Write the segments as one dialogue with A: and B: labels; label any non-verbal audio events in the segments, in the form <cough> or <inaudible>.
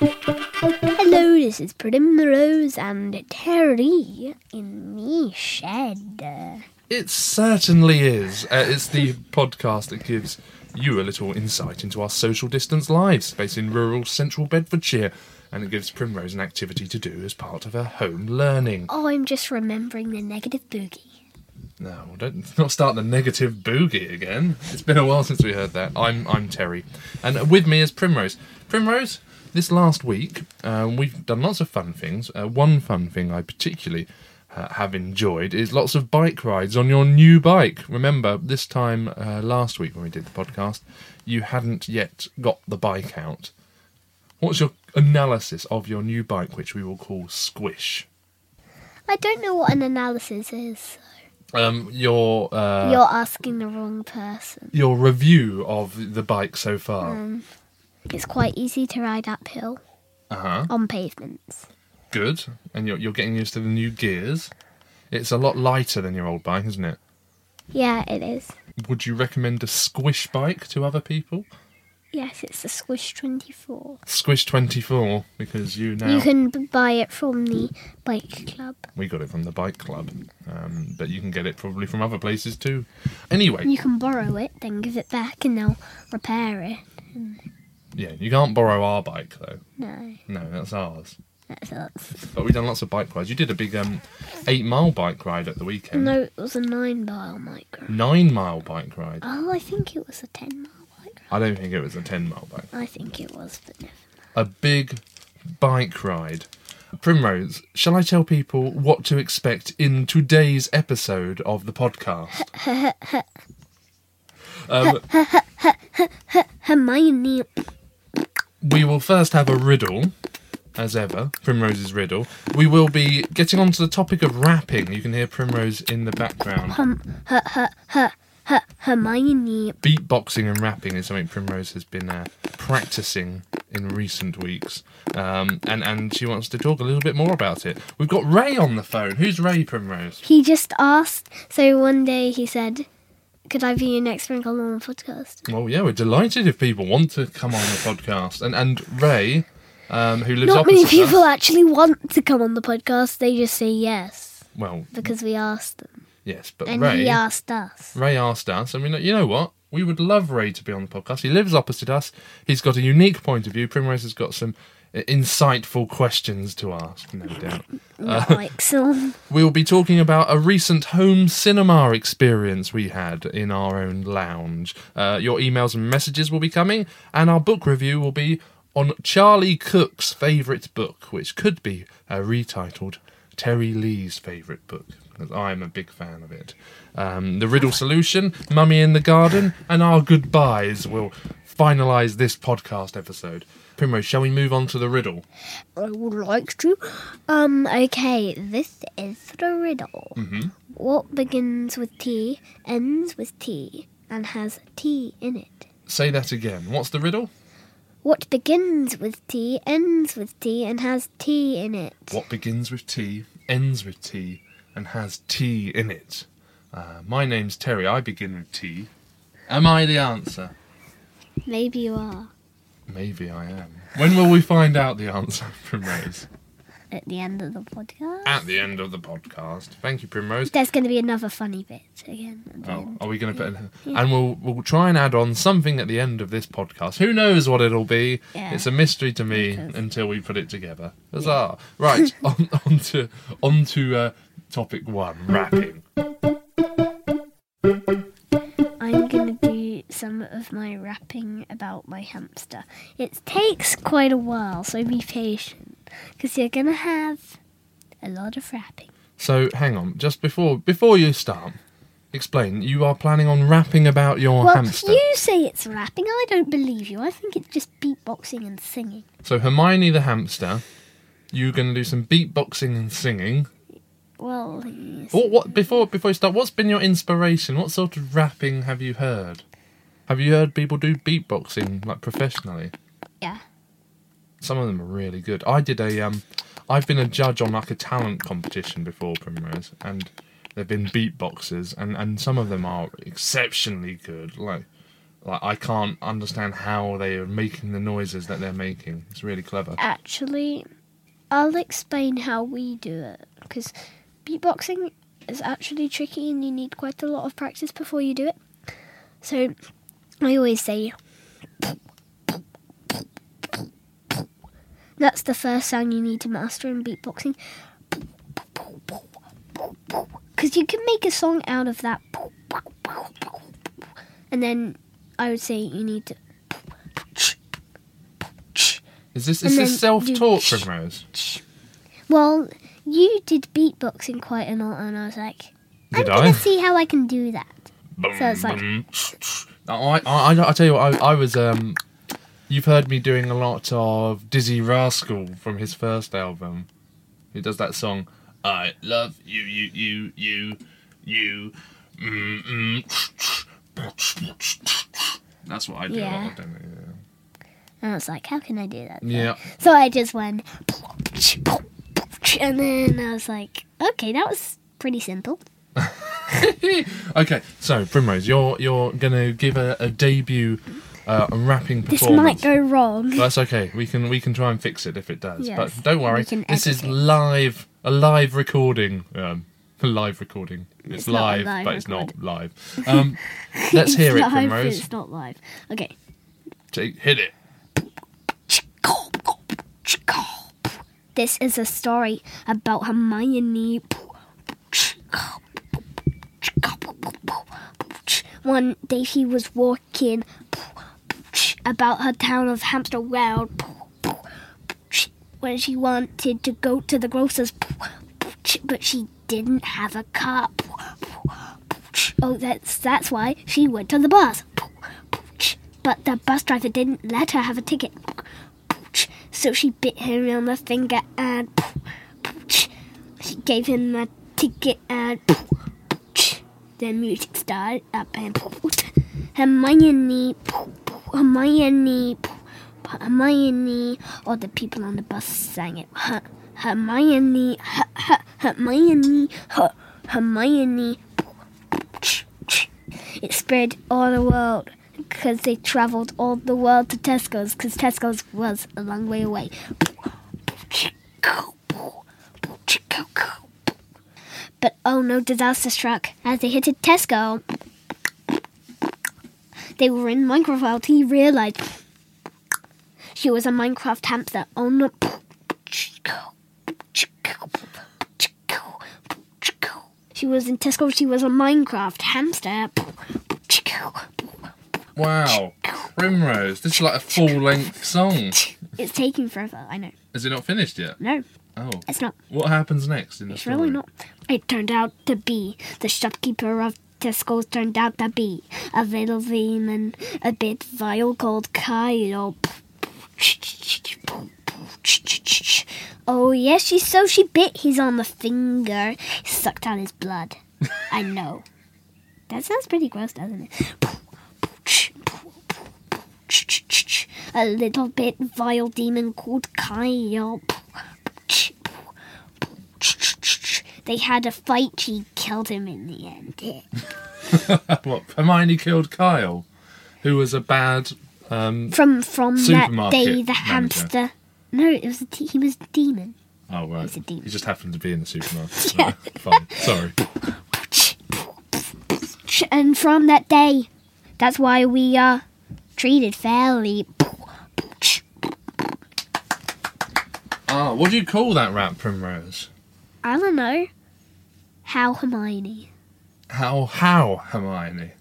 A: Hello, this is Primrose and Terry in me shed.
B: It certainly is. Uh, it's the podcast that gives you a little insight into our social distance lives based in rural central Bedfordshire. And it gives Primrose an activity to do as part of her home learning.
A: Oh, I'm just remembering the negative boogie.
B: No, don't not start the negative boogie again. It's been a while since we heard that. I'm I'm Terry, and with me is Primrose. Primrose, this last week um, we've done lots of fun things. Uh, one fun thing I particularly uh, have enjoyed is lots of bike rides on your new bike. Remember, this time uh, last week when we did the podcast, you hadn't yet got the bike out. What's your analysis of your new bike, which we will call Squish?
A: I don't know what an analysis is.
B: Um, your uh,
A: You're asking the wrong person.
B: your review of the bike so far.
A: It's quite easy to ride uphill
B: Uh huh.
A: on pavements.
B: Good, and you're you're getting used to the new gears. It's a lot lighter than your old bike, isn't it?
A: Yeah, it is.
B: Would you recommend a Squish bike to other people?
A: Yes, it's the Squish 24.
B: Squish 24, because you
A: <laughs>
B: now
A: You can b- buy it from the bike club.
B: we got it from the bike club, um, but you can get it probably from other places too. Anyway,
A: You can borrow it, then give it back, and they'll repair it.
B: yeah, you can't borrow our bike though.
A: No,
B: No, that's ours.
A: that's us.
B: But we've done lots of bike rides. You did a big um, eight mile bike ride at the weekend.
A: No, it was a nine mile micro.
B: Nine mile bike ride.
A: Oh, I think it was a ten mile micro.
B: I don't think it was a ten mile bike.
A: I think it was, but never.
B: a big bike ride. Primrose, shall I tell people what to expect in today's episode of the podcast? um,
A: Hermione.
B: we will first have a riddle, as ever, Primrose's riddle. We will be getting onto the topic of rapping. You can hear Primrose in the background.
A: Hum, her, her, her, her, Hermione.
B: beatboxing and rapping is something Primrose has been uh, practicing in recent weeks, um, and and she wants to talk a little bit more about it. We've got Ray on the phone. Who's Ray Primrose?
A: He just asked. So one day he said, "Could I be your next Wrinkle Lawn podcast?"
B: Well, yeah, we're delighted if people want to come on the podcast, and and Ray, um, who lives
A: Not
B: opposite
A: many people
B: us.
A: actually want to come on the podcast. They just say yes
B: Well,
A: because we asked them,
B: yes, but
A: and
B: Ray.
A: he uh, asked
B: <laughs>
A: us.
B: Ray asked us, and we know, you know what? We would love Ray to be on the podcast. He lives opposite us. He's got a unique point of view. Primrose has got some uh, insightful questions to ask, no doubt.
A: Not like some.
B: We will be talking about a recent home cinema experience we had in our own lounge. Uh, your emails and messages will be coming, and our book review will be on Charlie Cook's favourite book, which could be uh, retitled Terry Lee's favourite book. Because I'm a big fan of it. Um, the Riddle Solution, Mummy in the Garden, and our goodbyes will finalise this podcast episode. Primrose, shall we move on to the riddle?
A: I would like to. Um, okay, this is the riddle. What begins with T, ends with T, and has T in it?
B: Say that again. What's the riddle?
A: What begins with T, ends with T, and has T in it?
B: What begins with T, ends with T, and has T in it. Uh, my name's Terry. I begin with T. Am I the answer?
A: Maybe you are
B: Maybe I am. When will we find out the answer, <laughs> Primrose?
A: at the end of the podcast.
B: At the end of the podcast. Thank you, Primrose.
A: There's going to be another funny bit again. at the
B: Oh,
A: end.
B: are we going to put? An, and we'll we'll try and add on something at the end of this podcast. Who knows what it'll be?
A: Yeah.
B: It's a mystery to me
A: Because-
B: until we put it together. Huzzah! Right, on, on to on to uh, topic one, rapping.
A: I'm gonna do some of my rapping about my hamster. It takes quite a while, so be patient, because you're gonna have a lot of rapping.
B: So hang on, just before before you start, explain. You are planning on rapping about your
A: well,
B: hamster.
A: you say it's rapping. I don't believe you. I think it's just beatboxing and singing.
B: So Hermione the hamster, you're going to do some beatboxing and singing.
A: Well, yes.
B: What, what before before you start? What's been your inspiration? What sort of rapping have you heard? Have you heard people do beatboxing like professionally?
A: yeah.
B: Some of them are really good. I did a um, I've been a judge on like a talent competition before, Primrose, and they've been beatboxers, and and some of them are exceptionally good. Like, like I can't understand how they are making the noises that they're making. It's really clever.
A: Actually, I'll explain how we do it because beatboxing is actually tricky and you need quite a lot of practice before you do it. So I always say that's the first sound you need to master in beatboxing because you can make a song out of that. And then I would say you need to
B: Is this
A: And
B: is this
A: then you-
B: self-taught, Primrose?
A: Well, you did beatboxing quite a lot, and I was like, I'm
B: Did
A: gonna
B: I?
A: see how I can do that.
B: Boom,
A: So it's like-
B: boom. I, I, I, I tell you what, I, I was. Um, you've heard me doing a lot of Dizzy Rascal from his first album. He does that song, I love you, you, you, you, you. mm, mm. That's what I do. a lot,
A: Yeah.
B: don't I?
A: And I was like, how can I do that?
B: Yeah.
A: So I just went, and then I was like, okay, that was pretty simple.
B: Yeah. <laughs> okay, so Primrose, you're you're gonna give a, a debut uh, rapping performance.
A: This might go wrong.
B: Well, That's okay. We can we can try and fix it if it does.
A: Yes,
B: But don't worry.
A: we can
B: This is
A: edit it.
B: live a live recording. Um <laughs> a live recording. It's,
A: It's not a
B: live,
A: live
B: but it's
A: <laughs>
B: not live. Um let's hear
A: it's
B: it,
A: live, <laughs> but
B: Primrose.
A: It's not live. Okay.
B: Take, hit it.
A: This is a story about Hermione. One day she was walking about her town of Hampstead Round when she wanted to go to the grocer's, but she didn't have a car. Oh, that's that's why she went to the bus. But the bus driver didn't let her have a ticket. So she bit him on the finger and she gave him a ticket uh, and the music started up and Hermione, Hermione, Hermione, all the people on the bus sang it. Her- Hermione, her- her- Hermione, her- Hermione. It spread all the world because they traveled all the world to Tesco's because Tesco's was a long way away. But oh no, disaster struck as they hit a Tesco. They were in Minecraft. He realized she was a Minecraft hamster. Oh no. She was in Tesco. She was a Minecraft hamster.
B: Wow. Primrose, this is like a full length song.
A: It's taking forever. I know.
B: Is it not finished yet?
A: No,
B: Oh.
A: it's not.
B: What happens next in the
A: It's
B: story?
A: really not. It turned out to be the shopkeeper of Tesco's turned out to be a little demon, a bit vile called Kylo. Oh yes, she so she bit his on the finger, sucked out his
B: <laughs>
A: blood. I know. That sounds pretty gross, doesn't it? A little bit vile demon called Kyle. They had a fight. She killed him in the end.
B: <laughs> what? Hermione killed Kyle, who was a bad um
A: From from that
B: Supermarket
A: day, the
B: manager.
A: hamster. No, it was a de- he was a demon.
B: Oh right.
A: He's a demon.
B: He just happened to be in the supermarket.
A: <laughs>
B: Right, Fine. Sorry.
A: And from that day, that's why we are treated fairly.
B: Ah, what do you call that rap, Primrose?
A: I don't know. How Hermione?
B: How how Hermione?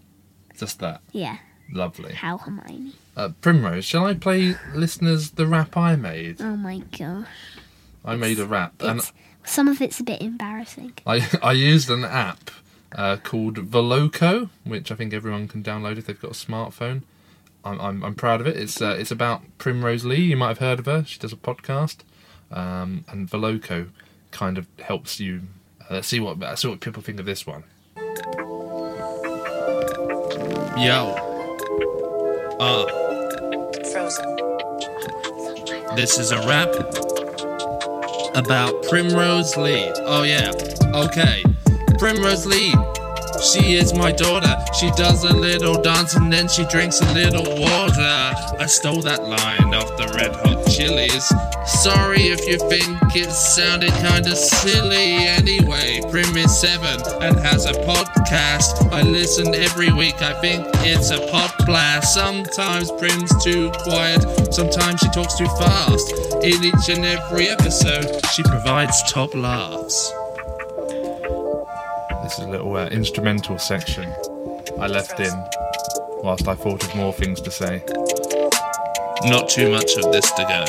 B: Just that.
A: Yeah,
B: Lovely.
A: how Hermione?
B: Uh, Primrose, shall I play listeners the rap I made?
A: Oh my gosh,
B: I made a rap and
A: it's some of it's a bit embarrassing.
B: I I <laughs> used an app uh, called Veloco, which I think everyone can download if they've got a smartphone. I'm I'm, I'm proud of it. It's uh, it's about Primrose Lee. You might have heard of her. She does a podcast, um, and Veloco kind of helps you. Uh, let's see what let's see what people think of this one.
C: Yo,
D: Frozen.
C: this is a rap. about Primrose Lee. Oh, yeah. Okay. Primrose Lee. She is my daughter. She does a little dance and then she drinks a little water. I stole that line off the Red Hot Chilies. Sorry if you think it sounded kinda silly. Anyway, Prim is seven and has a podcast. I listen every week. I think it's a pop blast. Sometimes Prim's too quiet. Sometimes she talks too fast. In each and every episode, she provides top laughs.
B: This is a little uh, instrumental section I left in whilst I thought of more things to say.
C: Not too much of this to go.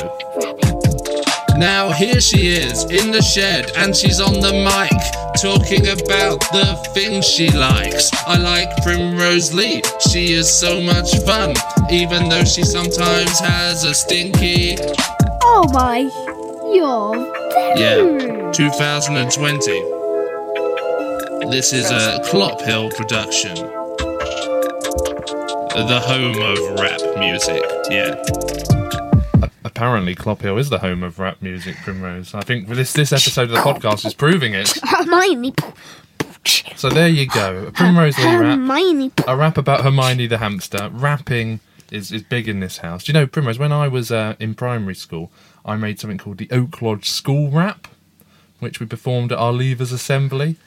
C: Now here she is in the shed and she's on the mic talking about the things she likes. I like Primrose Lee, she is so much fun, even though she sometimes has a stinky.
A: Oh my, you're very
C: Yeah,
A: rude.
C: 2020. This is a Clop Hill production. The home of rap music, yeah.
B: Apparently, Clop Hill is the home of rap music, Primrose. I think this this episode of the podcast is proving it.
A: Hermione.
B: So there you go. A Primrose Lee rap.
A: Hermione.
B: A rap about Hermione the hamster. Rapping is, is big in this house. Do you know, Primrose, when I was uh, in primary school, I made something called the Oak Lodge School Rap, which we performed at our Leavers Assembly.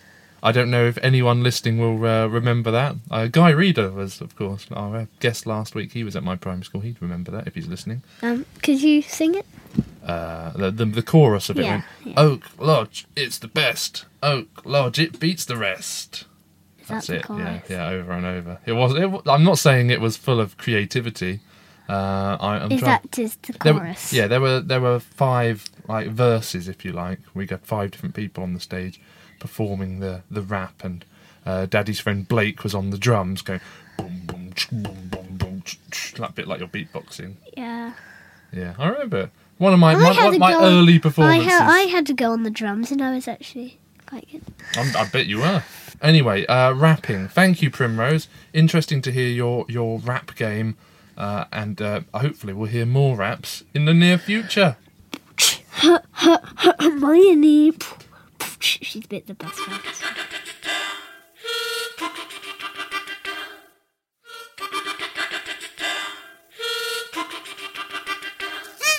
B: I don't know if anyone listening will uh, remember that. Uh, Guy Reader was, of course, our uh, guest last week. He was at my primary school. He'd remember that if he's listening
A: Um, could you sing it?
B: uh, the, the the chorus of it
A: Yeah,
B: went
A: yeah.
B: Oak Lodge, it's the best. Oak Lodge, it beats the rest.
A: Is that
B: That's
A: the
B: it. Yeah,
A: chorus?
B: yeah, over and over. It was. It, wa- I'm not saying it was full of creativity. Uh, I, I'm
A: Is
B: trying.
A: that just the
B: there were-
A: chorus?
B: yeah, there were there were five like verses, if you like. We got five different people on the stage performing the the rap, and uh, Daddy's friend Blake was on the drums going boom boom ch- boom boom boom, ch- ch- that bit like your beatboxing.
A: Yeah.
B: Yeah, I remember. One of my
A: I
B: one,
A: had
B: one
A: to
B: of my
A: go-
B: early
A: I
B: performances.
A: had, I had to go on the drums and I was actually quite good. <laughs>
B: I'm, I bet you were. Anyway, uh, rapping. Thank you, Primrose. Interesting to hear your your rap game, uh, and uh, hopefully we'll hear more raps in the near future.
A: Hermione. <laughs> She's a bit the best one.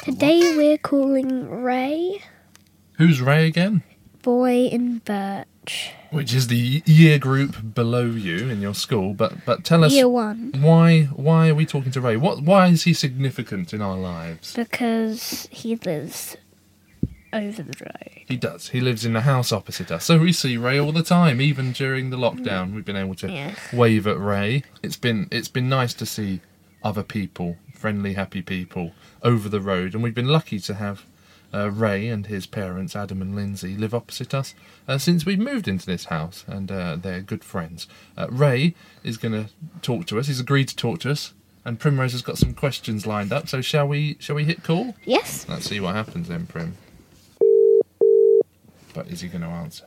A: Today we're calling Ray,
B: Who's Ray again?
A: Boy, and Birch.
B: Which is the year group below you in your school? But but tell us
A: Year one.
B: why why are we talking to Ray? What why is he significant in our lives?
A: Because he lives over the road.
B: He does. He lives in the house opposite us, so we see Ray all the time. Even during the lockdown, we've been able to
A: Yeah.
B: wave at Ray. It's been it's been nice to see other people, friendly, happy people over the road, and we've been lucky to have uh, Ray and his parents, Adam and Lindsay, live opposite us uh, since we've moved into this house, and uh, they're good friends. Uh, Ray is going to talk to us. He's agreed to talk to us, and Primrose has got some questions lined up. So shall we shall we hit call?
A: Yes?
B: Let's see what happens then, Prim. But is he going to answer?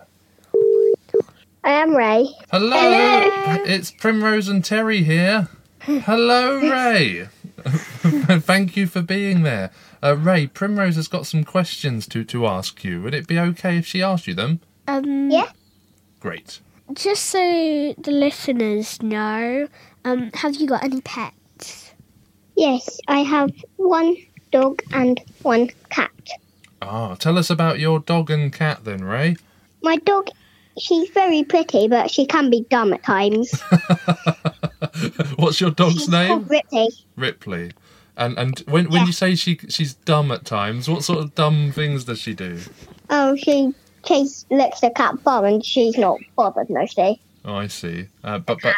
D: I am Ray.
B: Hello, it's Primrose and Terry here. Hello, Ray. <laughs> Thank you for being there. Uh, Ray, Primrose has got some questions to, to ask you. Would it be okay if she asked you them?
A: Um,
D: Yeah.
B: Great.
A: Just so the listeners know, um, have you got any pets?
D: Yes, I have one dog and one cat.
B: Ah, tell us about your dog and cat then, Ray.
D: My dog, she's very pretty, but she can be dumb at times.
B: <laughs> <laughs> What's your dog's
D: She's
B: name?
D: called Ripley.
B: Ripley. And and when when
D: Yeah.
B: you say she she's dumb at times, what sort of dumb things does she do?
D: Oh, she chase licks the cat bum, and she's not bothered, no she.
B: Oh, I see. Uh, but but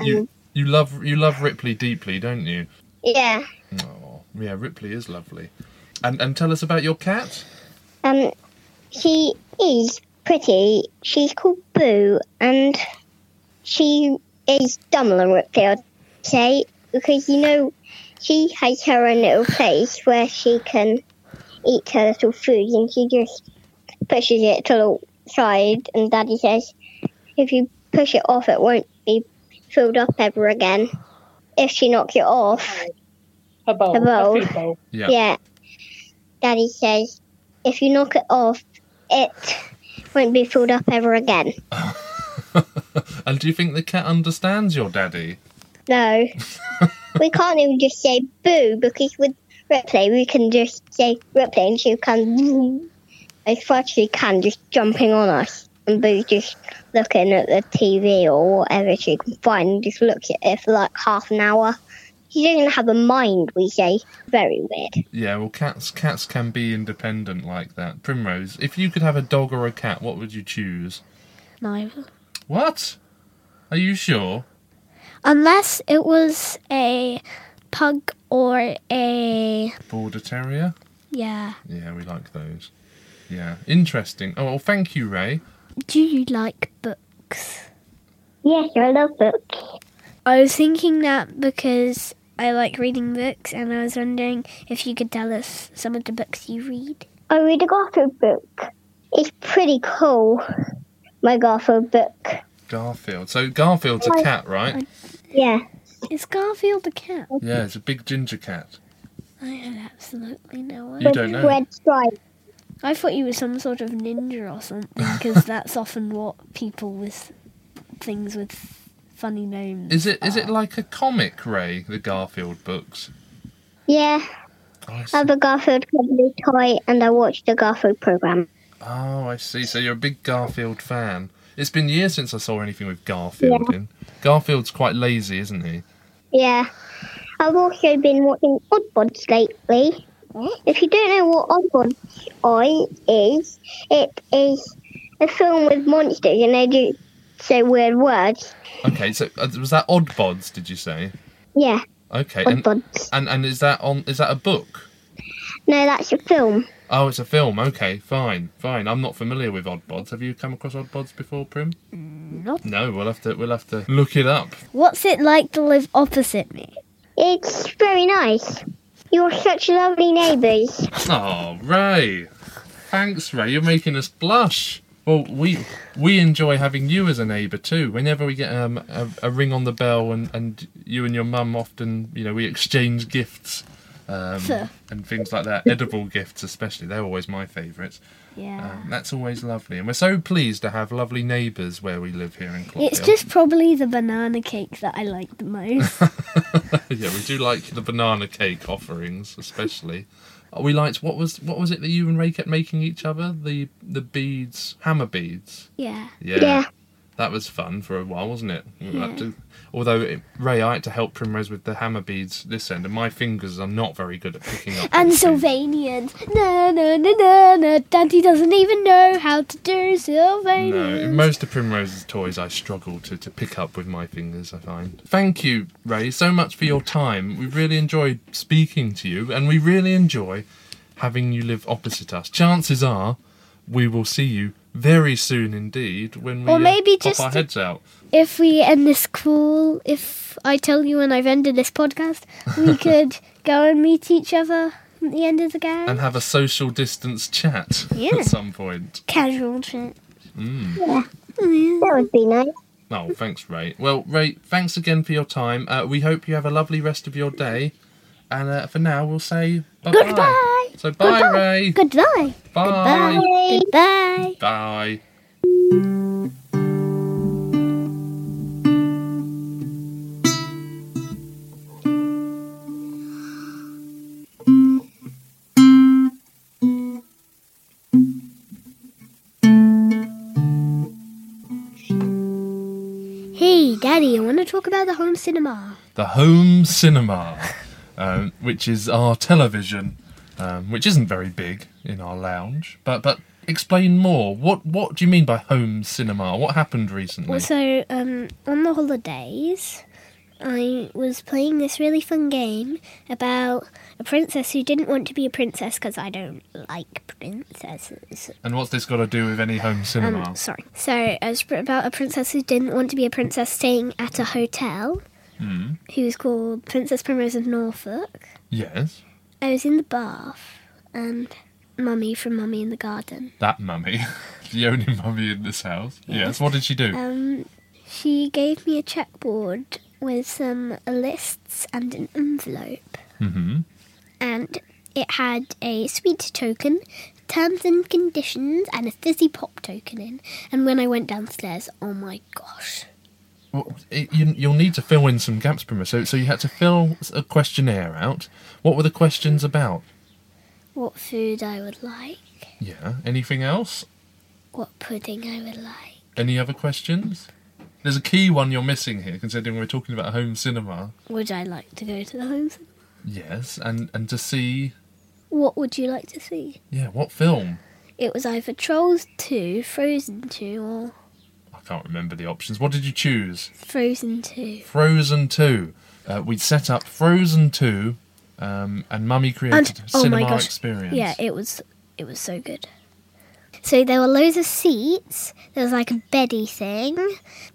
B: you you love you love Ripley deeply, don't you?
D: Yeah.
B: Oh, yeah, Ripley is lovely. And and tell us about your cat.
D: Um, she is pretty. She's called Boo, and she is dumber than Ripley, I'd say, because you know she has her own little place where she can eat her little food, and she just pushes it to the side, and Daddy says if you push it off, it won't be filled up ever again. If she knocks it off,
E: A bowl.
D: A bowl.
E: food bowl.
B: Yeah.
D: yeah. Daddy says, if you knock it off, it won't be filled up ever again.
B: And do you think the cat understands your daddy?
D: No. we can't even just say boo because with Ripley we can just say Ripley and she can as far as she can just jumping on us and Boo's just looking at the TV or whatever she can find and just looks at it for like half an hour. She doesn't have a mind, we say. Very weird.
B: Yeah, well, cats cats can be independent like that. Primrose, if you could have a dog or a cat, what would you choose?
A: No.
B: What? Are you sure?
A: Unless it was a pug or a.
B: Border terrier.
A: Yeah.
B: Yeah, we like those. Yeah, interesting. Oh well, thank you, Ray.
A: Do you like books?
D: Yes, I love books.
A: I was thinking that because I like reading books and I was wondering if you could tell us some of the books you read.
D: I read a Garfield book. It's pretty cool. My Garfield book.
B: Garfield. So Garfield's a cat, right?
D: Yeah.
A: Is Garfield a cat?
B: Yeah, it's a big ginger cat.
A: I have absolutely no
B: You
A: idea.
B: don't know.
D: Red stripe.
A: I thought you were some sort of ninja or something because that's often what people with things with funny names.
B: Is it is it like a comic, Ray? The Garfield books.
D: Yeah.
B: Oh, I
D: I
B: see.
D: have a Garfield cuddly toy and I watch the Garfield program.
B: Oh, I see. So you're a big Garfield fan. It's been years since I saw anything with Garfield in. Garfield's quite lazy, isn't he?
D: Yeah. I've also been watching Oddbods lately. If you don't know what Oddbods I- is, it is a film with monsters and they do say weird words.
B: Okay, so uh, was that Odd Bods? Did you say?
D: Yeah,
B: Okay, and,
D: Oddbods.
B: and and is that on? Is that a book?
D: No, that's a film.
B: Oh, it's a film. Okay, fine, fine. I'm not familiar with Odd Bods. Have you come across Odd Bods before, Prim?
A: Nope.
B: No, we'll have to we'll have to look it up.
A: What's it like to live opposite me?
D: It's very nice. You're such lovely neighbours.
B: Oh, Ray, thanks, Ray. You're making us blush. Well, we we enjoy having you as a neighbour too. Whenever we get um, a, a ring on the bell, and, and you and your mum often, you know, we exchange gifts
A: <laughs>
B: um,
A: Sure.
B: and things like that. Edible gifts, especially, they're always my favourites.
A: Yeah.
B: Um, that's always lovely, and we're so pleased to have lovely neighbours where we live here in Clotfield.
A: It's just probably the banana cake that I like the
B: <laughs>
A: most.
B: yeah, we do like the banana cake offerings, especially. Oh, We liked what was what was it that you and Ray kept making each other? The the beads, hammer beads.
A: yeah.
B: Yeah,
D: Yeah.
B: that was fun for a while, wasn't it? We had to- although it, Ray, I had to help Primrose with the hammer beads this end, and my fingers are not very good at picking up.
A: And
B: those things.
A: Sylvanians. No, no, no, no, no. Daddy doesn't even know how to do Sylvanians.
B: No, most of Primrose's toys I struggle to, to pick up with my fingers, I find. Thank you, Ray, so much for your time. We really enjoyed speaking to you, and we really enjoy having you live opposite us. Chances are we will see you very soon indeed when we
A: Or
B: uh,
A: maybe
B: pop
A: just
B: our
A: to-
B: heads out.
A: if we end this call, if I tell you when I've ended this podcast,
B: <laughs>
A: we could go and meet each other at the end of the game.
B: And have a social distance chat
A: Yeah.
B: at some point.
A: Casual chat.
D: That would be nice.
B: Oh, thanks, Ray. Well, Ray, thanks again for your time. Uh, we hope you have a lovely rest of your day. And uh, for now, we'll say bye
A: Goodbye.
B: So bye,
A: Goodbye.
B: Ray.
A: Goodbye.
B: Bye.
D: Bye.
A: Goodbye.
B: Bye.
A: Hey, Daddy, I want to talk about the home cinema.
B: The home cinema, um, which is our television, um, which isn't very big in our lounge. But but explain more. What what do you mean by home cinema? What happened recently?
A: Also, um, on the holidays, I was playing this really fun game about a princess who didn't want to be a princess because I don't like princesses.
B: And what's this got to do with any home cinema?
A: Um, sorry. So it was about a princess who didn't want to be a princess staying at a hotel.
B: Hmm?
A: Mm. Who was called Princess Primrose of Norfolk.
B: yes,
A: I was in the bath and Mummy from Mummy in the Garden.
B: that mummy, <laughs> the only mummy in this house. Yes. What did she do?
A: Um, she gave me a checkboard with some lists and an envelope.
B: hmm
A: and it had a sweet token terms and conditions and a fizzy pop token in. And when I went downstairs, oh my gosh.
B: Well, it, you, you'll need to fill in some gaps, Primus. So, so you had to fill a questionnaire out. What were the questions about?
A: What food I would like,
B: Yeah. Anything else?
A: what pudding I would like.
B: Any other questions? There's a key one you're missing here, considering we're talking about home cinema.
A: Would I like to go to the home? cen-
B: Yes, and and to see,
A: What would you like to see?
B: yeah, what film?
A: It was either Trolls 2, Frozen 2, or
B: I can't remember the options. What did you choose?
A: Frozen 2.
B: Frozen Two. Uh, we'd set up Frozen Two, um, and Mummy created
A: And oh
B: cinema
A: my gosh,
B: experience.
A: yeah, it was it was so good. So there were loads of seats. There was like a beddy thing,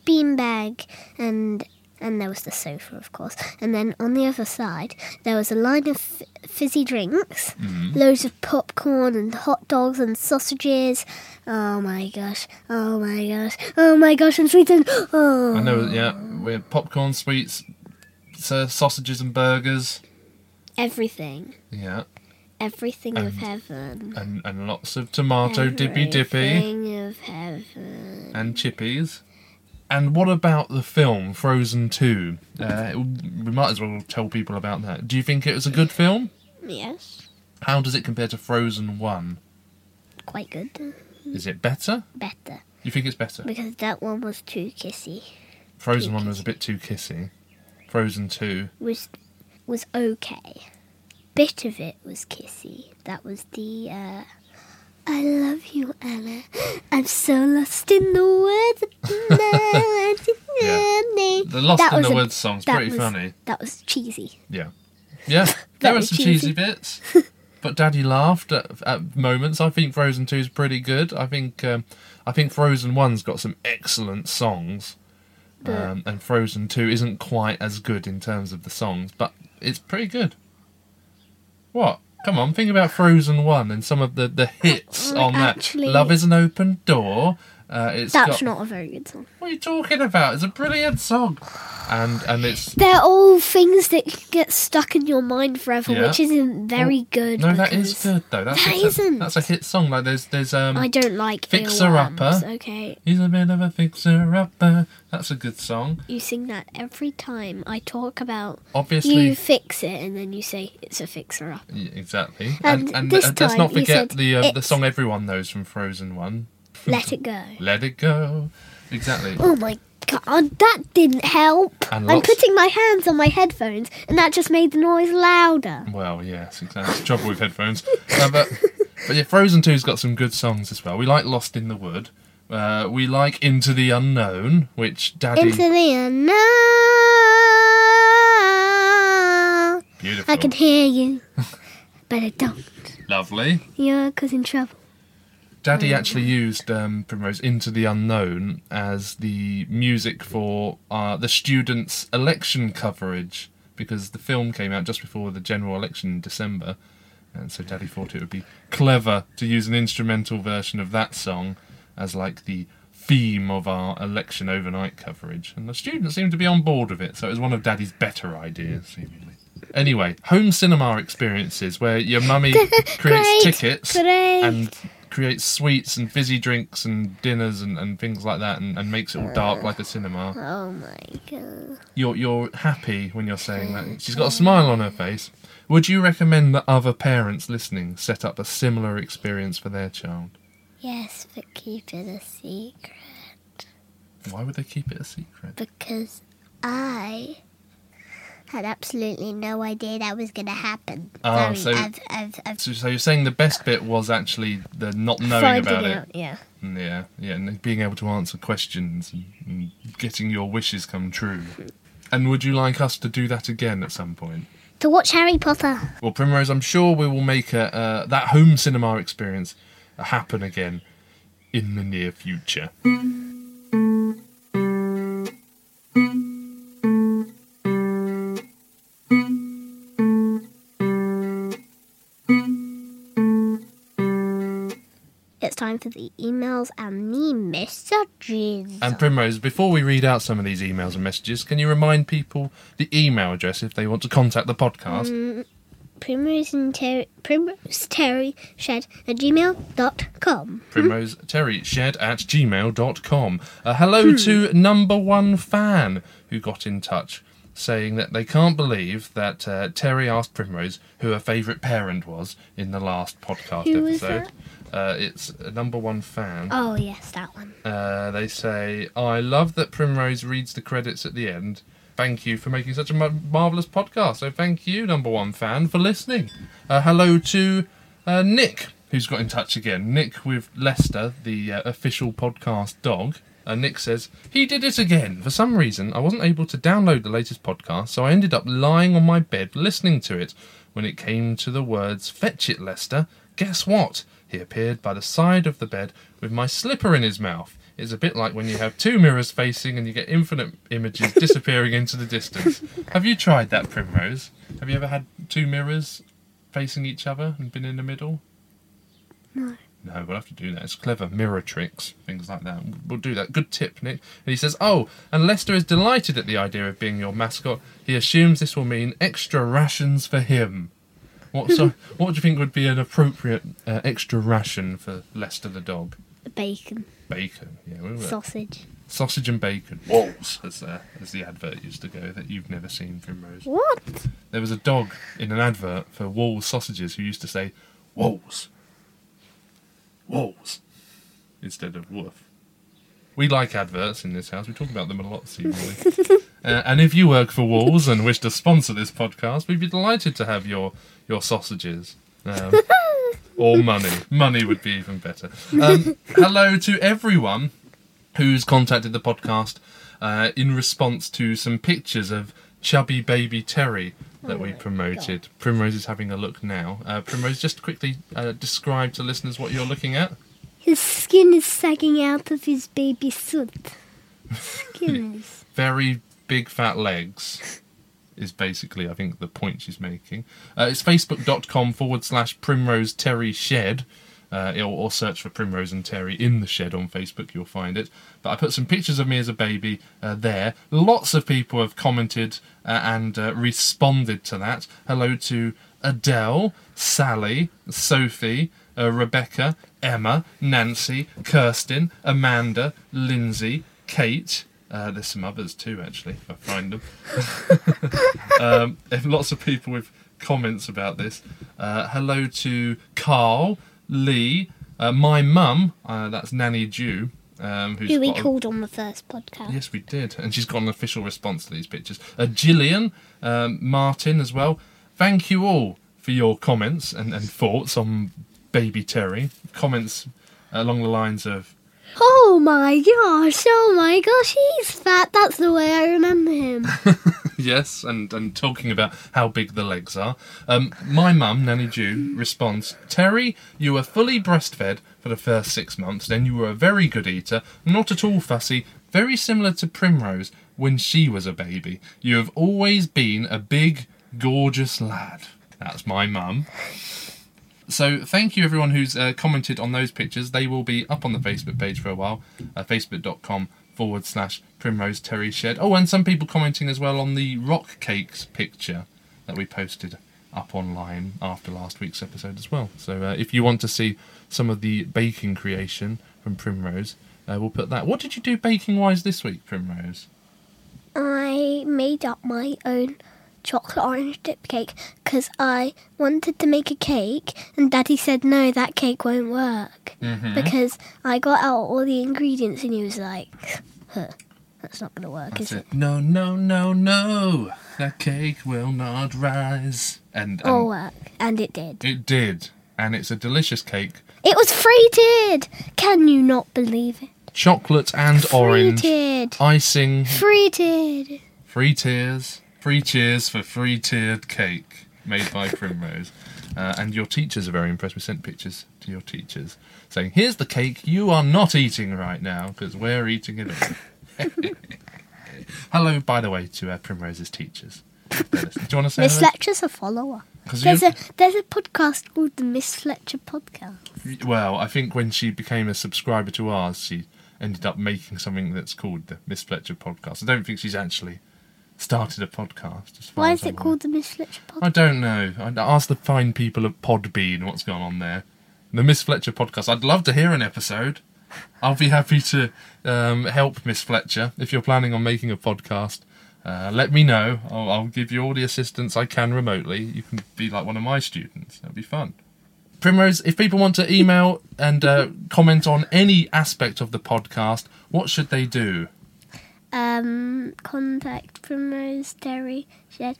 A: beanbag, and and there was the sofa, of course. And then on the other side, there was a line of f- fizzy drinks,
B: Mm-hmm.
A: loads of popcorn and hot dogs and sausages. Oh my gosh! Oh my gosh! Oh my gosh! And sweets and <gasps> oh.
B: I know. Yeah, we had popcorn, sweets, sa- sausages, and burgers.
A: Everything,
B: Yeah,
A: everything of
B: And-
A: heaven.
B: and and lots of tomato dippy dippy
A: Everything of heaven.
B: and chippies. And what about the film Frozen Two? Uh, we might as well tell people about that. Do you think it was a good film?
A: Yes,
B: How does it compare to Frozen One?
A: quite good.
B: Is it better?
A: Better.
B: You think it's better?
A: Because that one was too kissy.
B: Frozen One was a bit too kissy. Frozen Two.
A: Was was okay. Bit of it was kissy. That was the uh I love you, Anna. I'm so lost in the words.
B: The
A: the
B: Lost in the Woods song's pretty funny.
A: That was cheesy.
B: Yeah.
A: <laughs>
B: Yeah. there were
A: was
B: some cheesy,
A: cheesy.
B: bits. <laughs> But Daddy laughed at, at moments. I think Frozen Two is pretty good. I think um, I think Frozen One's got some excellent songs, um, and Frozen Two isn't quite as good in terms of the songs, but it's pretty good. What? Come on, think about Frozen One and some of the, the hits
A: Like,
B: on that.
A: Oh, actually-
B: Love is an open door. Uh, it's
A: That's
B: got,
A: not a very good song.
B: What are you talking about? It's a brilliant song, and and it's
A: They're all things that get stuck in your mind forever,
B: Yeah. Oh,
A: which isn't very good.
B: No, that is
A: because
B: good though. That's
A: That
B: a,
A: isn't.
B: That's a hit song. Like there's there's um.
A: I don't like
B: Fixer Upper.
A: earworms, Okay,
B: He's a bit of a fixer upper. That's a good song.
A: you sing that every time I talk about
B: Obviously,
A: you fix it and then you say it's a fixer up.
B: y- exactly. uh,
A: And this
B: let's
A: time
B: not
A: you
B: forget
A: said
B: the uh, the
A: it's-
B: song everyone knows from Frozen One.
A: Let it go.
B: Let it go. Exactly.
A: Oh my god, that didn't help.
B: And
A: I'm
B: lots-
A: putting my hands on my headphones and that just made the noise louder.
B: Well, yes, exactly. Trouble with headphones. Uh, but, but yeah, Frozen 2's got some good songs as well. We like Lost in the Wood. Uh, we like Into the Unknown, which Daddy.
A: Into the unknown.
B: Beautiful.
A: I can hear
B: <laughs>
A: you, but I don't.
B: Lovely.
A: You're cause in trouble.
B: Daddy actually used um, Primrose Into the Unknown as the music for uh, the students' election coverage because the film came out just before the general election in December. And so Daddy thought it would be clever to use an instrumental version of that song as like the theme of our election overnight coverage. And the students seemed to be on board with it, so it was one of Daddy's better ideas, seemingly. Anyway, home cinema experiences where your mummy creates
A: Great,
B: tickets
A: great.
B: and creates sweets and fizzy drinks and dinners and, and things like that and, and makes it all dark like a cinema.
A: Oh my god.
B: You're you're happy when you're saying that. She's got a smile on her face. Would you recommend that other parents listening set up a similar experience for their child?
A: Yes, but keep it a secret
B: Why would they keep it a secret?
A: because I had absolutely no idea that was going to happen.
B: Ah,
A: Sorry,
B: so-
A: I've, I've, I've
B: So, so you're saying the best bit was actually the not knowing about it.
A: yeah.
B: Mm, Yeah, yeah, and being able to answer questions and, and getting your wishes come true. And would you like us to do that again at some point?
A: To watch Harry Potter.
B: Well, Primrose, I'm sure we will make a, uh, that home cinema experience happen again in the near future.
A: It's time for the emails and the messages.
B: And Primrose, before we read out some of these emails and messages, can you remind people the email address if they want to contact the podcast?
A: primrose and terry primrose terry shed at gmail.com
B: Primrose Terry shed at gmail.com. Uh, hello to number one fan who got in touch saying that they can't believe that uh, Terry asked Primrose who her favourite parent was in the last podcast
A: Who was
B: episode. Uh, it's a number one fan.
A: oh yes that one
B: Uh, they say, I love that Primrose reads the credits at the end. Thank you for making such a mar- marvellous podcast. So, thank you, number one fan, for listening. Uh, hello to uh, Nick, who's got in touch again. Nick with Lester, the uh, official podcast dog. Uh, Nick says, He did it again. For some reason, I wasn't able to download the latest podcast, so I ended up lying on my bed listening to it. When it came to the words, Fetch it, Lester, guess what? He appeared by the side of the bed with my slipper in his mouth. It's a bit like when you have two mirrors facing and you get infinite images disappearing into the distance. Have you tried that, Primrose? Have you ever had two mirrors facing each other and been in the middle?
A: No.
B: No, we'll have to do that. It's clever. Mirror tricks, things like that. We'll do that. Good tip, Nick. And he says, Oh, and Lester is delighted at the idea of being your mascot. He assumes this will mean extra rations for him. What, so, what do you think would be an appropriate uh, extra ration for Lester the dog?
A: bacon
B: Bacon. Yeah, we were.
A: sausage
B: Sausage and bacon. Walls, as, uh, as the advert used to go, that you've never seen, Primrose.
A: what
B: There was a dog in an advert for Walls sausages who used to say, Walls. Walls. Instead of woof. We like adverts in this house. We talk about them a lot, seemingly. uh, and if you work for Walls and wish to sponsor this podcast, we'd be delighted to have your, your sausages. Um, or money. Money would be even better. Um, hello to everyone who's contacted the podcast uh, in response to some pictures of chubby baby Terry that we promoted. Primrose is having a look now. Uh, Primrose, just quickly uh, describe to listeners what you're looking at.
A: his skin is sagging out of his baby
B: <laughs>
A: suit skin is
B: Very big fat legs. Is basically, I think, the point she's making. Uh, it's facebook.com forward slash primrose terry shed. Uh, or, or search for Primrose and Terry in the shed on Facebook, you'll find it. But I put some pictures of me as a baby uh, there. Lots of people have commented uh, and uh, responded to that. Hello to Adele, Sally, Sophie, uh, Rebecca, Emma, Nancy, Kirsten, Amanda, Lindsay, Kate. Uh, there's some others too, actually, if I find them. um, and lots of people with comments about this. Uh, hello to Carl, Lee, uh, my mum, uh, that's Nanny Jew. Um, who's
A: who we
B: got a-
A: called on the first podcast
B: Yes, we did. And she's got an official response to these pictures. Uh, Gillian, um, Martin as well. Thank you all for your comments and, and thoughts on Baby Terry. Comments along the lines of,
A: oh my gosh oh my gosh he's fat that's the way i remember him
B: <laughs> yes, and, and talking about how big the legs are. Um, my mum, Nanny Jew, responds Terry, you were fully breastfed for the first six months, then you were a very good eater, not at all fussy, very similar to Primrose when she was a baby. You have always been a big, gorgeous lad. That's my mum. So thank you everyone who's uh, commented on those pictures. They will be up on the Facebook page for a while, uh, facebook.com forward slash primrose terry shed. Oh, and some people commenting as well on the rock cakes picture that we posted up online after last week's episode as well. So uh, if you want to see some of the baking creation from Primrose, uh, we'll put that. What did you do baking wise this week, Primrose?
A: <laughs> I made up my own chocolate orange dip cake because I wanted to make a cake, and Daddy said, No, that cake won't work.
B: Mm-hmm.
A: Because I got out all the ingredients, and he was like, huh, That's not going to work, is
B: That's
A: it?
B: it. No, no, no, no. That cake will not rise. And, um, and
A: All work. And it did.
B: It did, and it's a delicious cake.
A: It was freighted! Can you not believe it?
B: Chocolate and orange
A: Freighted!
B: icing,
A: Freighted!
B: free tears, free cheers for free tiered cake made
A: <laughs>
B: by Primrose. Uh, and your teachers are very impressed. We sent pictures to your teachers saying, "Here's the cake you are not eating right now because we're eating it." all." <laughs> Hello, by the way, to uh, Primrose's teachers. They're listening. Do you want to say
A: Miss
B: hello?
A: Fletcher's a follower.
B: 'Cause
A: There's
B: you-
A: a there's a podcast called the Miss Fletcher Podcast.
B: Well, I think when she became a subscriber to ours, she ended up making something that's called the Miss Fletcher podcast. I don't think she's actually started a podcast. as far
A: Why
B: as
A: is
B: I'm
A: it called the Miss Fletcher
B: I
A: podcast?
B: don't know. I'd ask the fine people of Podbean what's going on there. The Miss Fletcher podcast. I'd love to hear an episode. I'll be happy to um, help Miss Fletcher if you're planning on making a podcast. Uh, let me know. I'll, I'll give you all the assistance I can remotely. You can be like one of my students. That'd be fun. Primrose, if people want to email and uh, comment on any aspect of the podcast, what should they do?
A: Um, contact Primrose Dairy Shed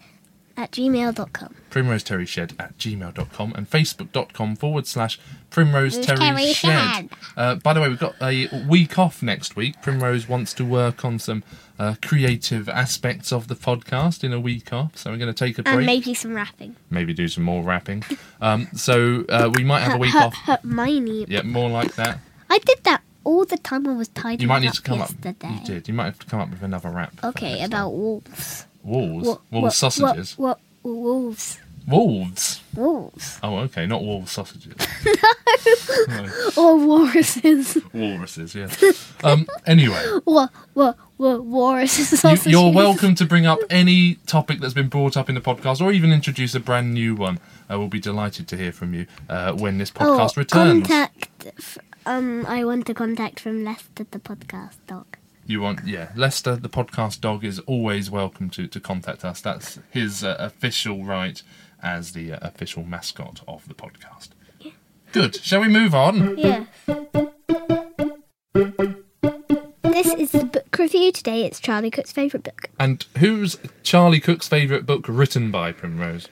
A: at gmail.com.
B: primroseterryshed at gmail.com and facebook.com forward slash primrose terry
A: Terry
B: shed.
A: Shed.
B: Uh, by the way, we've got a week off next week. Primrose wants to work on some uh, creative aspects of the podcast in a week off, so we're going to take a break.
A: And maybe some rapping.
B: Maybe do some more rapping. Um, so uh, we might have a week
A: Her- <laughs>
B: off.
A: Hermione.
B: Yeah, more like that.
A: I did that all the time I was tidying
B: You might need
A: up
B: to come up.
A: yesterday.
B: You did. You might have to come up with another rap. for
A: Okay,
B: next
A: about
B: time.
A: wolves.
B: wolves.
A: Wo-
B: wolves
A: wo-
B: sausages.
A: wo- wo- wolves.
B: Wolves.
A: Wolves.
B: Oh, okay. Not wolves sausages. no.
A: Or walruses. <laughs>
B: Walruses, yeah. Um, anyway,
A: Wa- wa- wa- walruses.
B: you,
A: sausages.
B: you're welcome to bring up any topic that's been brought up in the podcast or even introduce a brand new one. I will be delighted to hear from you uh, when this podcast
A: oh,
B: returns.
A: Contact. f- Um, I want to contact from Leicester the podcast dog.
B: You want, yeah, Lester, the podcast dog, is always welcome to, to contact us. That's his uh, official right as the uh, official mascot of the podcast. Good. Shall we move on?
A: Yeah. This is the book review today. It's Charlie Cook's favourite book,
B: And who's Charlie Cook's favourite book written by Primrose?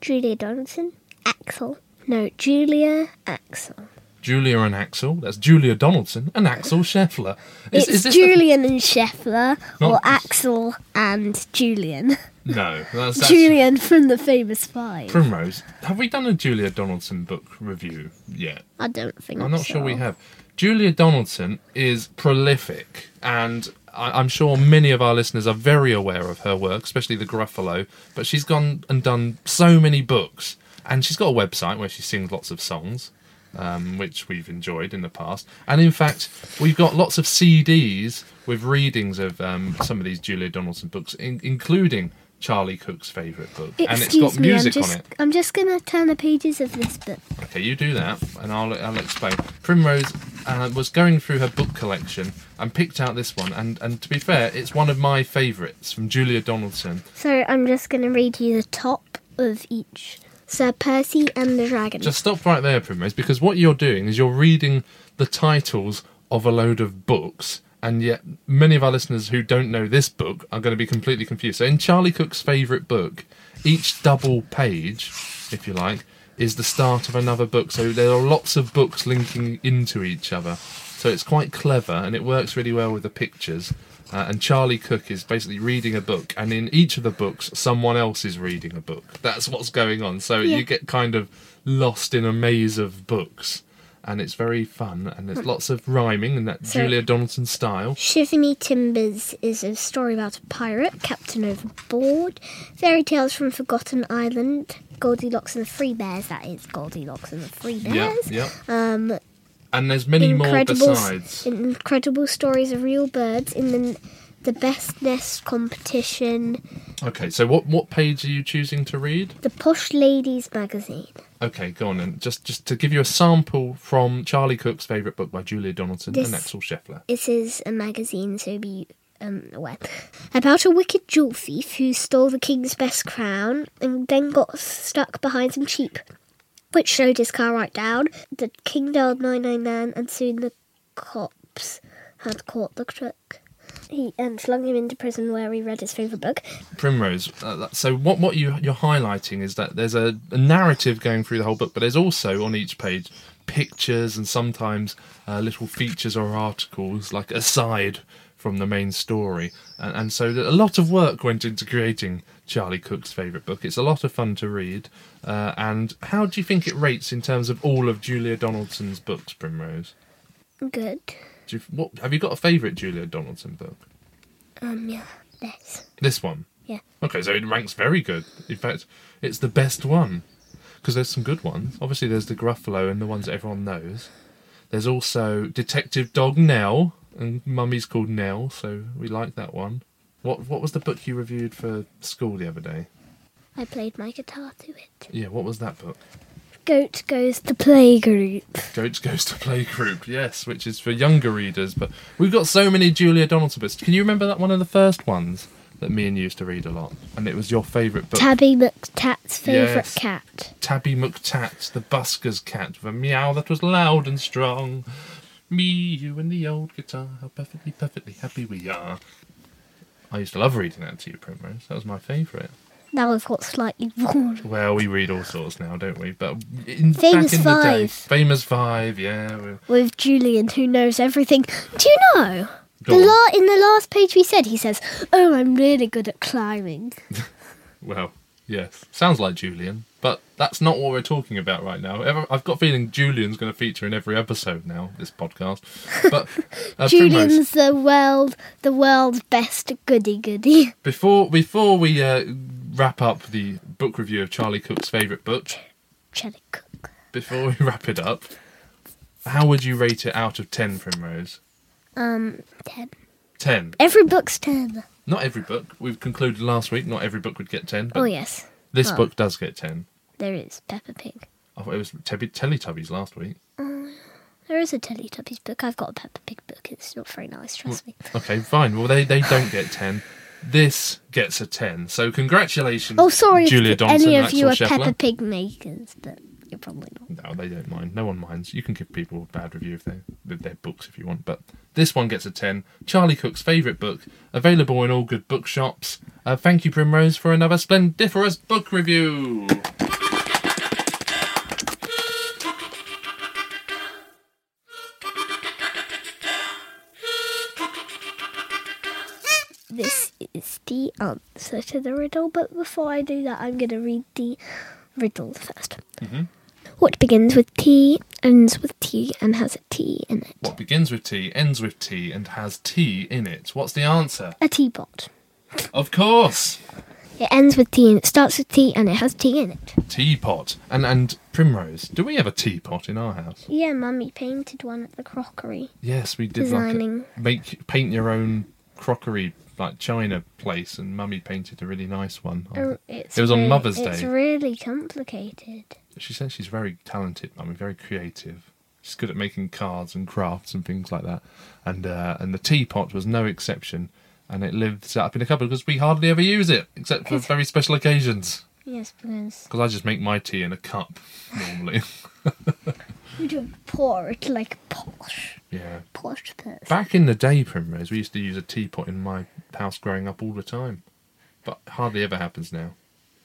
A: Julia Donaldson. Axel. No, Julia Axel.
B: Julia and Axel. That's Julia Donaldson and Axel Scheffler.
A: It's
B: the-
A: Julian and Scheffler, or
B: Not-
A: Axel and Julian.
B: No, that's, that's
A: Julian from the famous five.
B: Primrose. Have we done a Julia Donaldson book review yet?
A: I don't think
B: I'm not sure we have. Julia Donaldson is prolific, and I- I'm sure many of our listeners are very aware of her work, especially The Gruffalo. But she's gone and done so many books, and she's got a website where she sings lots of songs. Um, which we've enjoyed in the past, and in fact, we've got lots of CDs with readings of um, some of these Julia Donaldson books, in- including Charlie Cook's favourite book, and it's
A: Excuse
B: got
A: me,
B: music
A: I'm just,
B: on it.
A: I'm just gonna turn the pages of this book.
B: Okay, you do that, and I'll I'll explain. Primrose uh, was going through her book collection and picked out this one, and and to be fair, it's one of my favourites from Julia Donaldson.
A: So I'm just gonna read you the top of each. Sir Percy and the Dragon.
B: Just stop right there, Primrose, because what you're doing is you're reading the titles of a load of books. And yet, many of our listeners who don't know this book are going to be completely confused. So, in Charlie Cook's favourite book, each double page, if you like, is the start of another book. So, there are lots of books linking into each other. So, it's quite clever and it works really well with the pictures. Uh, and Charlie Cook is basically reading a book, and in each of the books, someone else is reading a book. That's what's going on. So
A: Yeah.
B: you get kind of lost in a maze of books, and it's very fun. And there's lots of rhyming in that
A: Hmm. So-
B: Julia Donaldson style.
A: Shivany Timbers is a story about a pirate, Captain Overboard, Fairy Tales from Forgotten Island, Goldilocks and the Three Bears, that is Goldilocks and the Three
B: Yeah,
A: Bears.
B: yeah.
A: Um,
B: And there's many more besides.
A: incredible stories of real birds in the, the best nest competition,
B: Okay, so what what page are you choosing to read?
A: the Posh Ladies magazine.
B: Okay, go on and just just to give you a sample from Charlie Cook's favourite book by Julia Donaldson
A: This-
B: and Axel Scheffler.
A: This is a magazine, so be um, aware. About a wicked jewel thief who stole the king's best crown and then got stuck behind some sheep, which slowed his car right down. The king dialed 999, and soon the cops had caught the crook. He and flung him into prison where he read his favourite book.
B: Primrose. Uh, that- so what what you you're highlighting is that there's a, a narrative going through the whole book, but there's also on each page pictures and sometimes uh, little features or articles like aside from the main story. And, and so that a lot of work went into creating Charlie Cook's favourite book. It's a lot of fun to read. Uh, and how do you think it rates in terms of all of Julia Donaldson's books, Primrose?
A: Good.
B: Do you, what have you got a favourite Julia Donaldson book?
A: Um, yeah, this.
B: This one.
A: Yeah.
B: Okay, so it ranks very good. In fact, it's the best one because there's some good ones. Obviously, there's the Gruffalo and the ones that everyone knows. There's also Detective Dog Nell, and Mummy's called Nell, so we like that one. What What was the book you reviewed for school the other day?
A: I played my guitar to it.
B: Yeah, what was that book?
A: Goat goes to playgroup.
B: Goats Goes to Playgroup, yes, which is for younger readers. But we've got so many Julia Donaldson books. Can you remember that one of the first ones that me and you used to read a lot? And it was your favourite book,
A: Tabby McTat's favourite
B: Yes.
A: cat.
B: Tabby McTat, the busker's cat, with a meow that was loud and strong. Me, you, and the old guitar, how perfectly, perfectly happy we are. I used to love reading that to you, Primrose. That was my favourite.
A: Now I've got slightly <laughs> bored.
B: Well, we read all sorts now, don't we? But in,
A: Famous
B: back in the day,
A: Five.
B: Famous Five, yeah. we-
A: With Julian, who knows everything. Do you know? The
B: Go on.
A: la- in the last page we said, he says, Oh, I'm really good at climbing.
B: Well, yes. Sounds like Julian, but that's not what we're talking about right now. Ever, I've got a feeling Julian's going to feature in every episode now, this podcast. But uh,
A: <laughs>
B: Primrose,
A: Julian's the world, the world's best goody goody. <laughs>
B: before, before we uh, wrap up the book review of Charlie Cook's favourite book,
A: Cheddar cook.
B: before we <laughs> wrap it up, how would you rate it out of 10, Primrose?
A: Um, ten.
B: 10.
A: Every book's ten.
B: Not every book. We've concluded last week not every book would get 10, but
A: Oh yes,
B: this
A: well.
B: book does get 10.
A: there is Peppa Pig.
B: I thought it was Tebby Teletubbies last week.
A: There is a Teletubbies book. I've got a Peppa Pig book. It's not very nice, trust me.
B: Okay, fine. Well, they, they don't get 10. This gets a 10. So, congratulations,
A: Oh, sorry
B: Julia
A: if
B: Donaldson
A: any
B: and
A: of you are
B: Axel
A: Peppa
B: Scheffler.
A: Pig makers, but you're probably not.
B: No, they don't mind. No one minds. You can give people a bad review of their, of their books if you want. But this one gets a 10. Charlie Cook's favourite book, available in all good bookshops. Uh, thank you, Primrose, for another splendiferous book review.
A: This is the answer to the riddle, but before I do that, I'm going to read the riddle 1st
B: Mm-hmm.
A: What begins with T, ends with T, and has a T in it?
B: What begins with T, ends with T, and has T in it? What's the answer?
A: A teapot.
B: Of course!
A: It ends with T and it starts with T and it has T in it.
B: Teapot. And, and Primrose. Do we have a teapot in our house?
A: Yeah, Mummy painted one at the crockery.
B: Yes, we did
A: Designing.
B: like a, make paint your own crockery like china place, and Mummy painted a really nice one.
A: Oh, it's
B: it was on
A: re-
B: Mother's
A: It's
B: Day.
A: really complicated.
B: she says she's very talented, Mummy, very creative. She's good at making cards and crafts and things like that. And uh, and the teapot was no exception, and it lives up in a cupboard because we hardly ever use it except for very special occasions.
A: Yes, because
B: Because I just make my tea in a cup normally.
A: you don't pour it like a posh,
B: yeah.
A: posh person.
B: Back in the day, Primrose, we used to use a teapot in my house growing up all the time, but hardly ever happens now.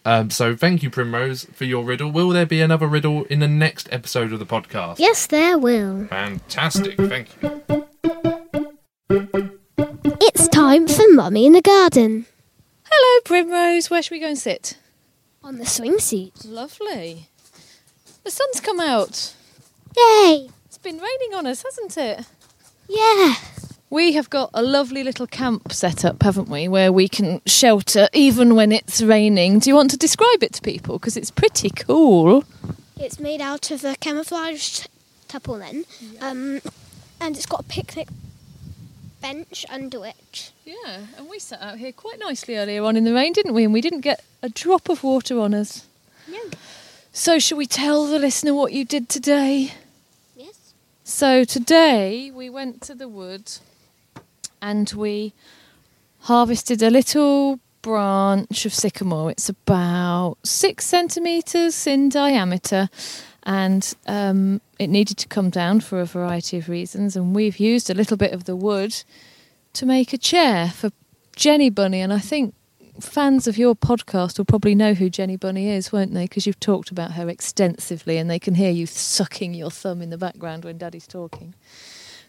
B: Um, so thank you, Primrose, for your riddle. Will there be another riddle in the next episode of the podcast?
A: Yes, there will.
B: Fantastic, thank you.
A: It's time for Mummy in the Garden.
E: Hello, Primrose. Where should we go and sit?
A: On the swing seat.
E: Lovely. The sun's come out.
A: Yay!
E: It's been raining on us, hasn't it?
A: Yeah!
E: We have got a lovely little camp set up, haven't we, where we can shelter even when it's raining. Do you want to describe it to people? Because it's pretty cool.
A: It's made out of a camouflaged tarpaulin, um, and it's got a picnic bench under it.
E: Yeah, and we sat out here quite nicely earlier on in the rain, didn't we? And we didn't get a drop of water on us.
A: No.
E: So, shall we tell the listener what you did today?
A: Yes.
E: So today we went to the wood and we harvested a little branch of sycamore. It's about six centimetres in diameter and um, it needed to come down for a variety of reasons. And we've used a little bit of the wood to make a chair for Jenny Bunny. And I think fans of your podcast will probably know who Jenny Bunny is, won't they? Because you've talked about her extensively and they can hear you sucking your thumb in the background when Daddy's talking.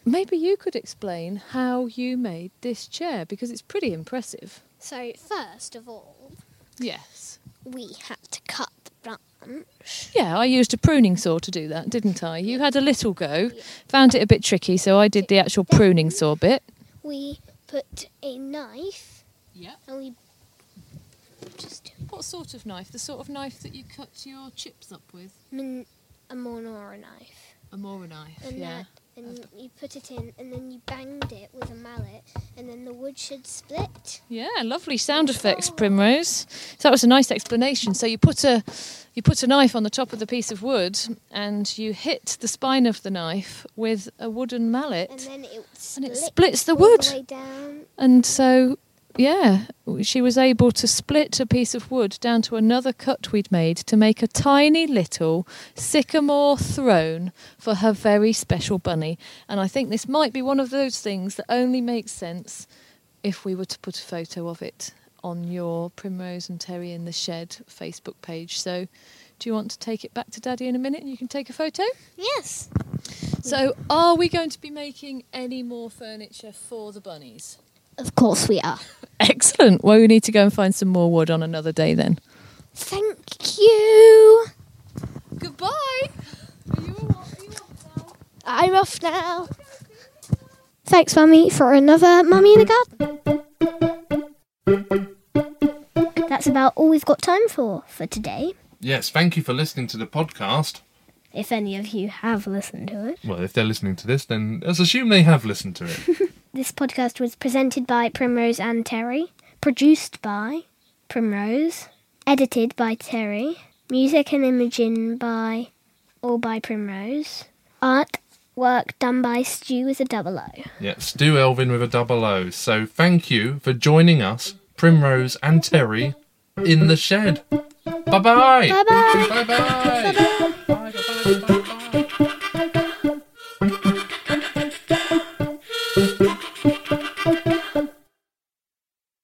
E: Maybe you could explain how you made this chair because it's pretty impressive.
A: So, first of all,
E: Yes.
A: we had to cut the branch.
E: Yeah, I used a pruning saw to do that, didn't I? You had a little go, found it a bit tricky, so I did the actual pruning saw bit.
A: We put a knife,
E: Yeah.
A: and we just do
E: What sort of knife? The sort of knife that you cut your chips up with?
A: min- a monora knife.
E: A mora knife,
A: And that, and you put it in, and then you banged it with a mallet, and then the wood
F: wood should split.
E: Yeah, lovely sound effects, Primrose. So that was a nice explanation. So you put a you put a knife on the top of the piece of wood and you hit the spine of the knife with a wooden
F: And
E: mallet,
F: then it would
E: and
F: split.
E: it splits the
F: all
E: wood.
F: the way down.
E: And so, yeah, she was able to split a piece of wood down to another cut we'd made to make a tiny little sycamore throne for her very special bunny. And I think this might be one of those things that only makes sense if we were to put a photo of it on your Primrose and Terry in the Shed Facebook page. So, do you want to take it back to Daddy in a minute and you can take a photo?
F: Yes.
E: So, are we going to be making any more furniture for the bunnies?
A: Of course we are.
E: Excellent. Well, we need to go and find some more wood on another day then.
F: Thank you.
E: Goodbye. Are you off? Are you off now?
F: I'm off now. Thanks, Mummy, for another Mummy in the Garden.
A: That's about all we've got time for for today.
B: Yes, thank you for listening to the podcast.
A: If any of you have listened to it.
B: Well, if they're listening to this, then let's assume they have listened to it.
A: This podcast was presented by Primrose and Terry, produced by Primrose, edited by Terry, music and imaging by all by Primrose, art work done by Stu with a double O.
B: yeah, Stu Elvin with a double O. So thank you for joining us, Primrose and Terry, in the shed. Bye bye.
A: Bye.
B: Bye bye. Bye bye.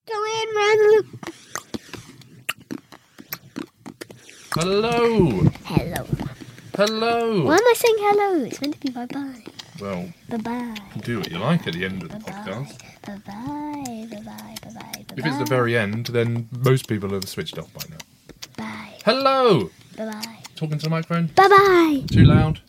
D: Go in round the loop.
B: Hello.
A: Hello. Why am
B: Hello.
A: I saying hello? It's meant to be bye bye.
B: Well,
A: Bye bye.
B: do what you like at the end of the podcast.
A: Bye bye. Bye bye. Bye bye.
B: If it's the very end, then most people have switched off by now.
A: Bye
B: Hello!
A: bye.
B: Talking to the microphone?
A: Bye bye.
B: Too loud?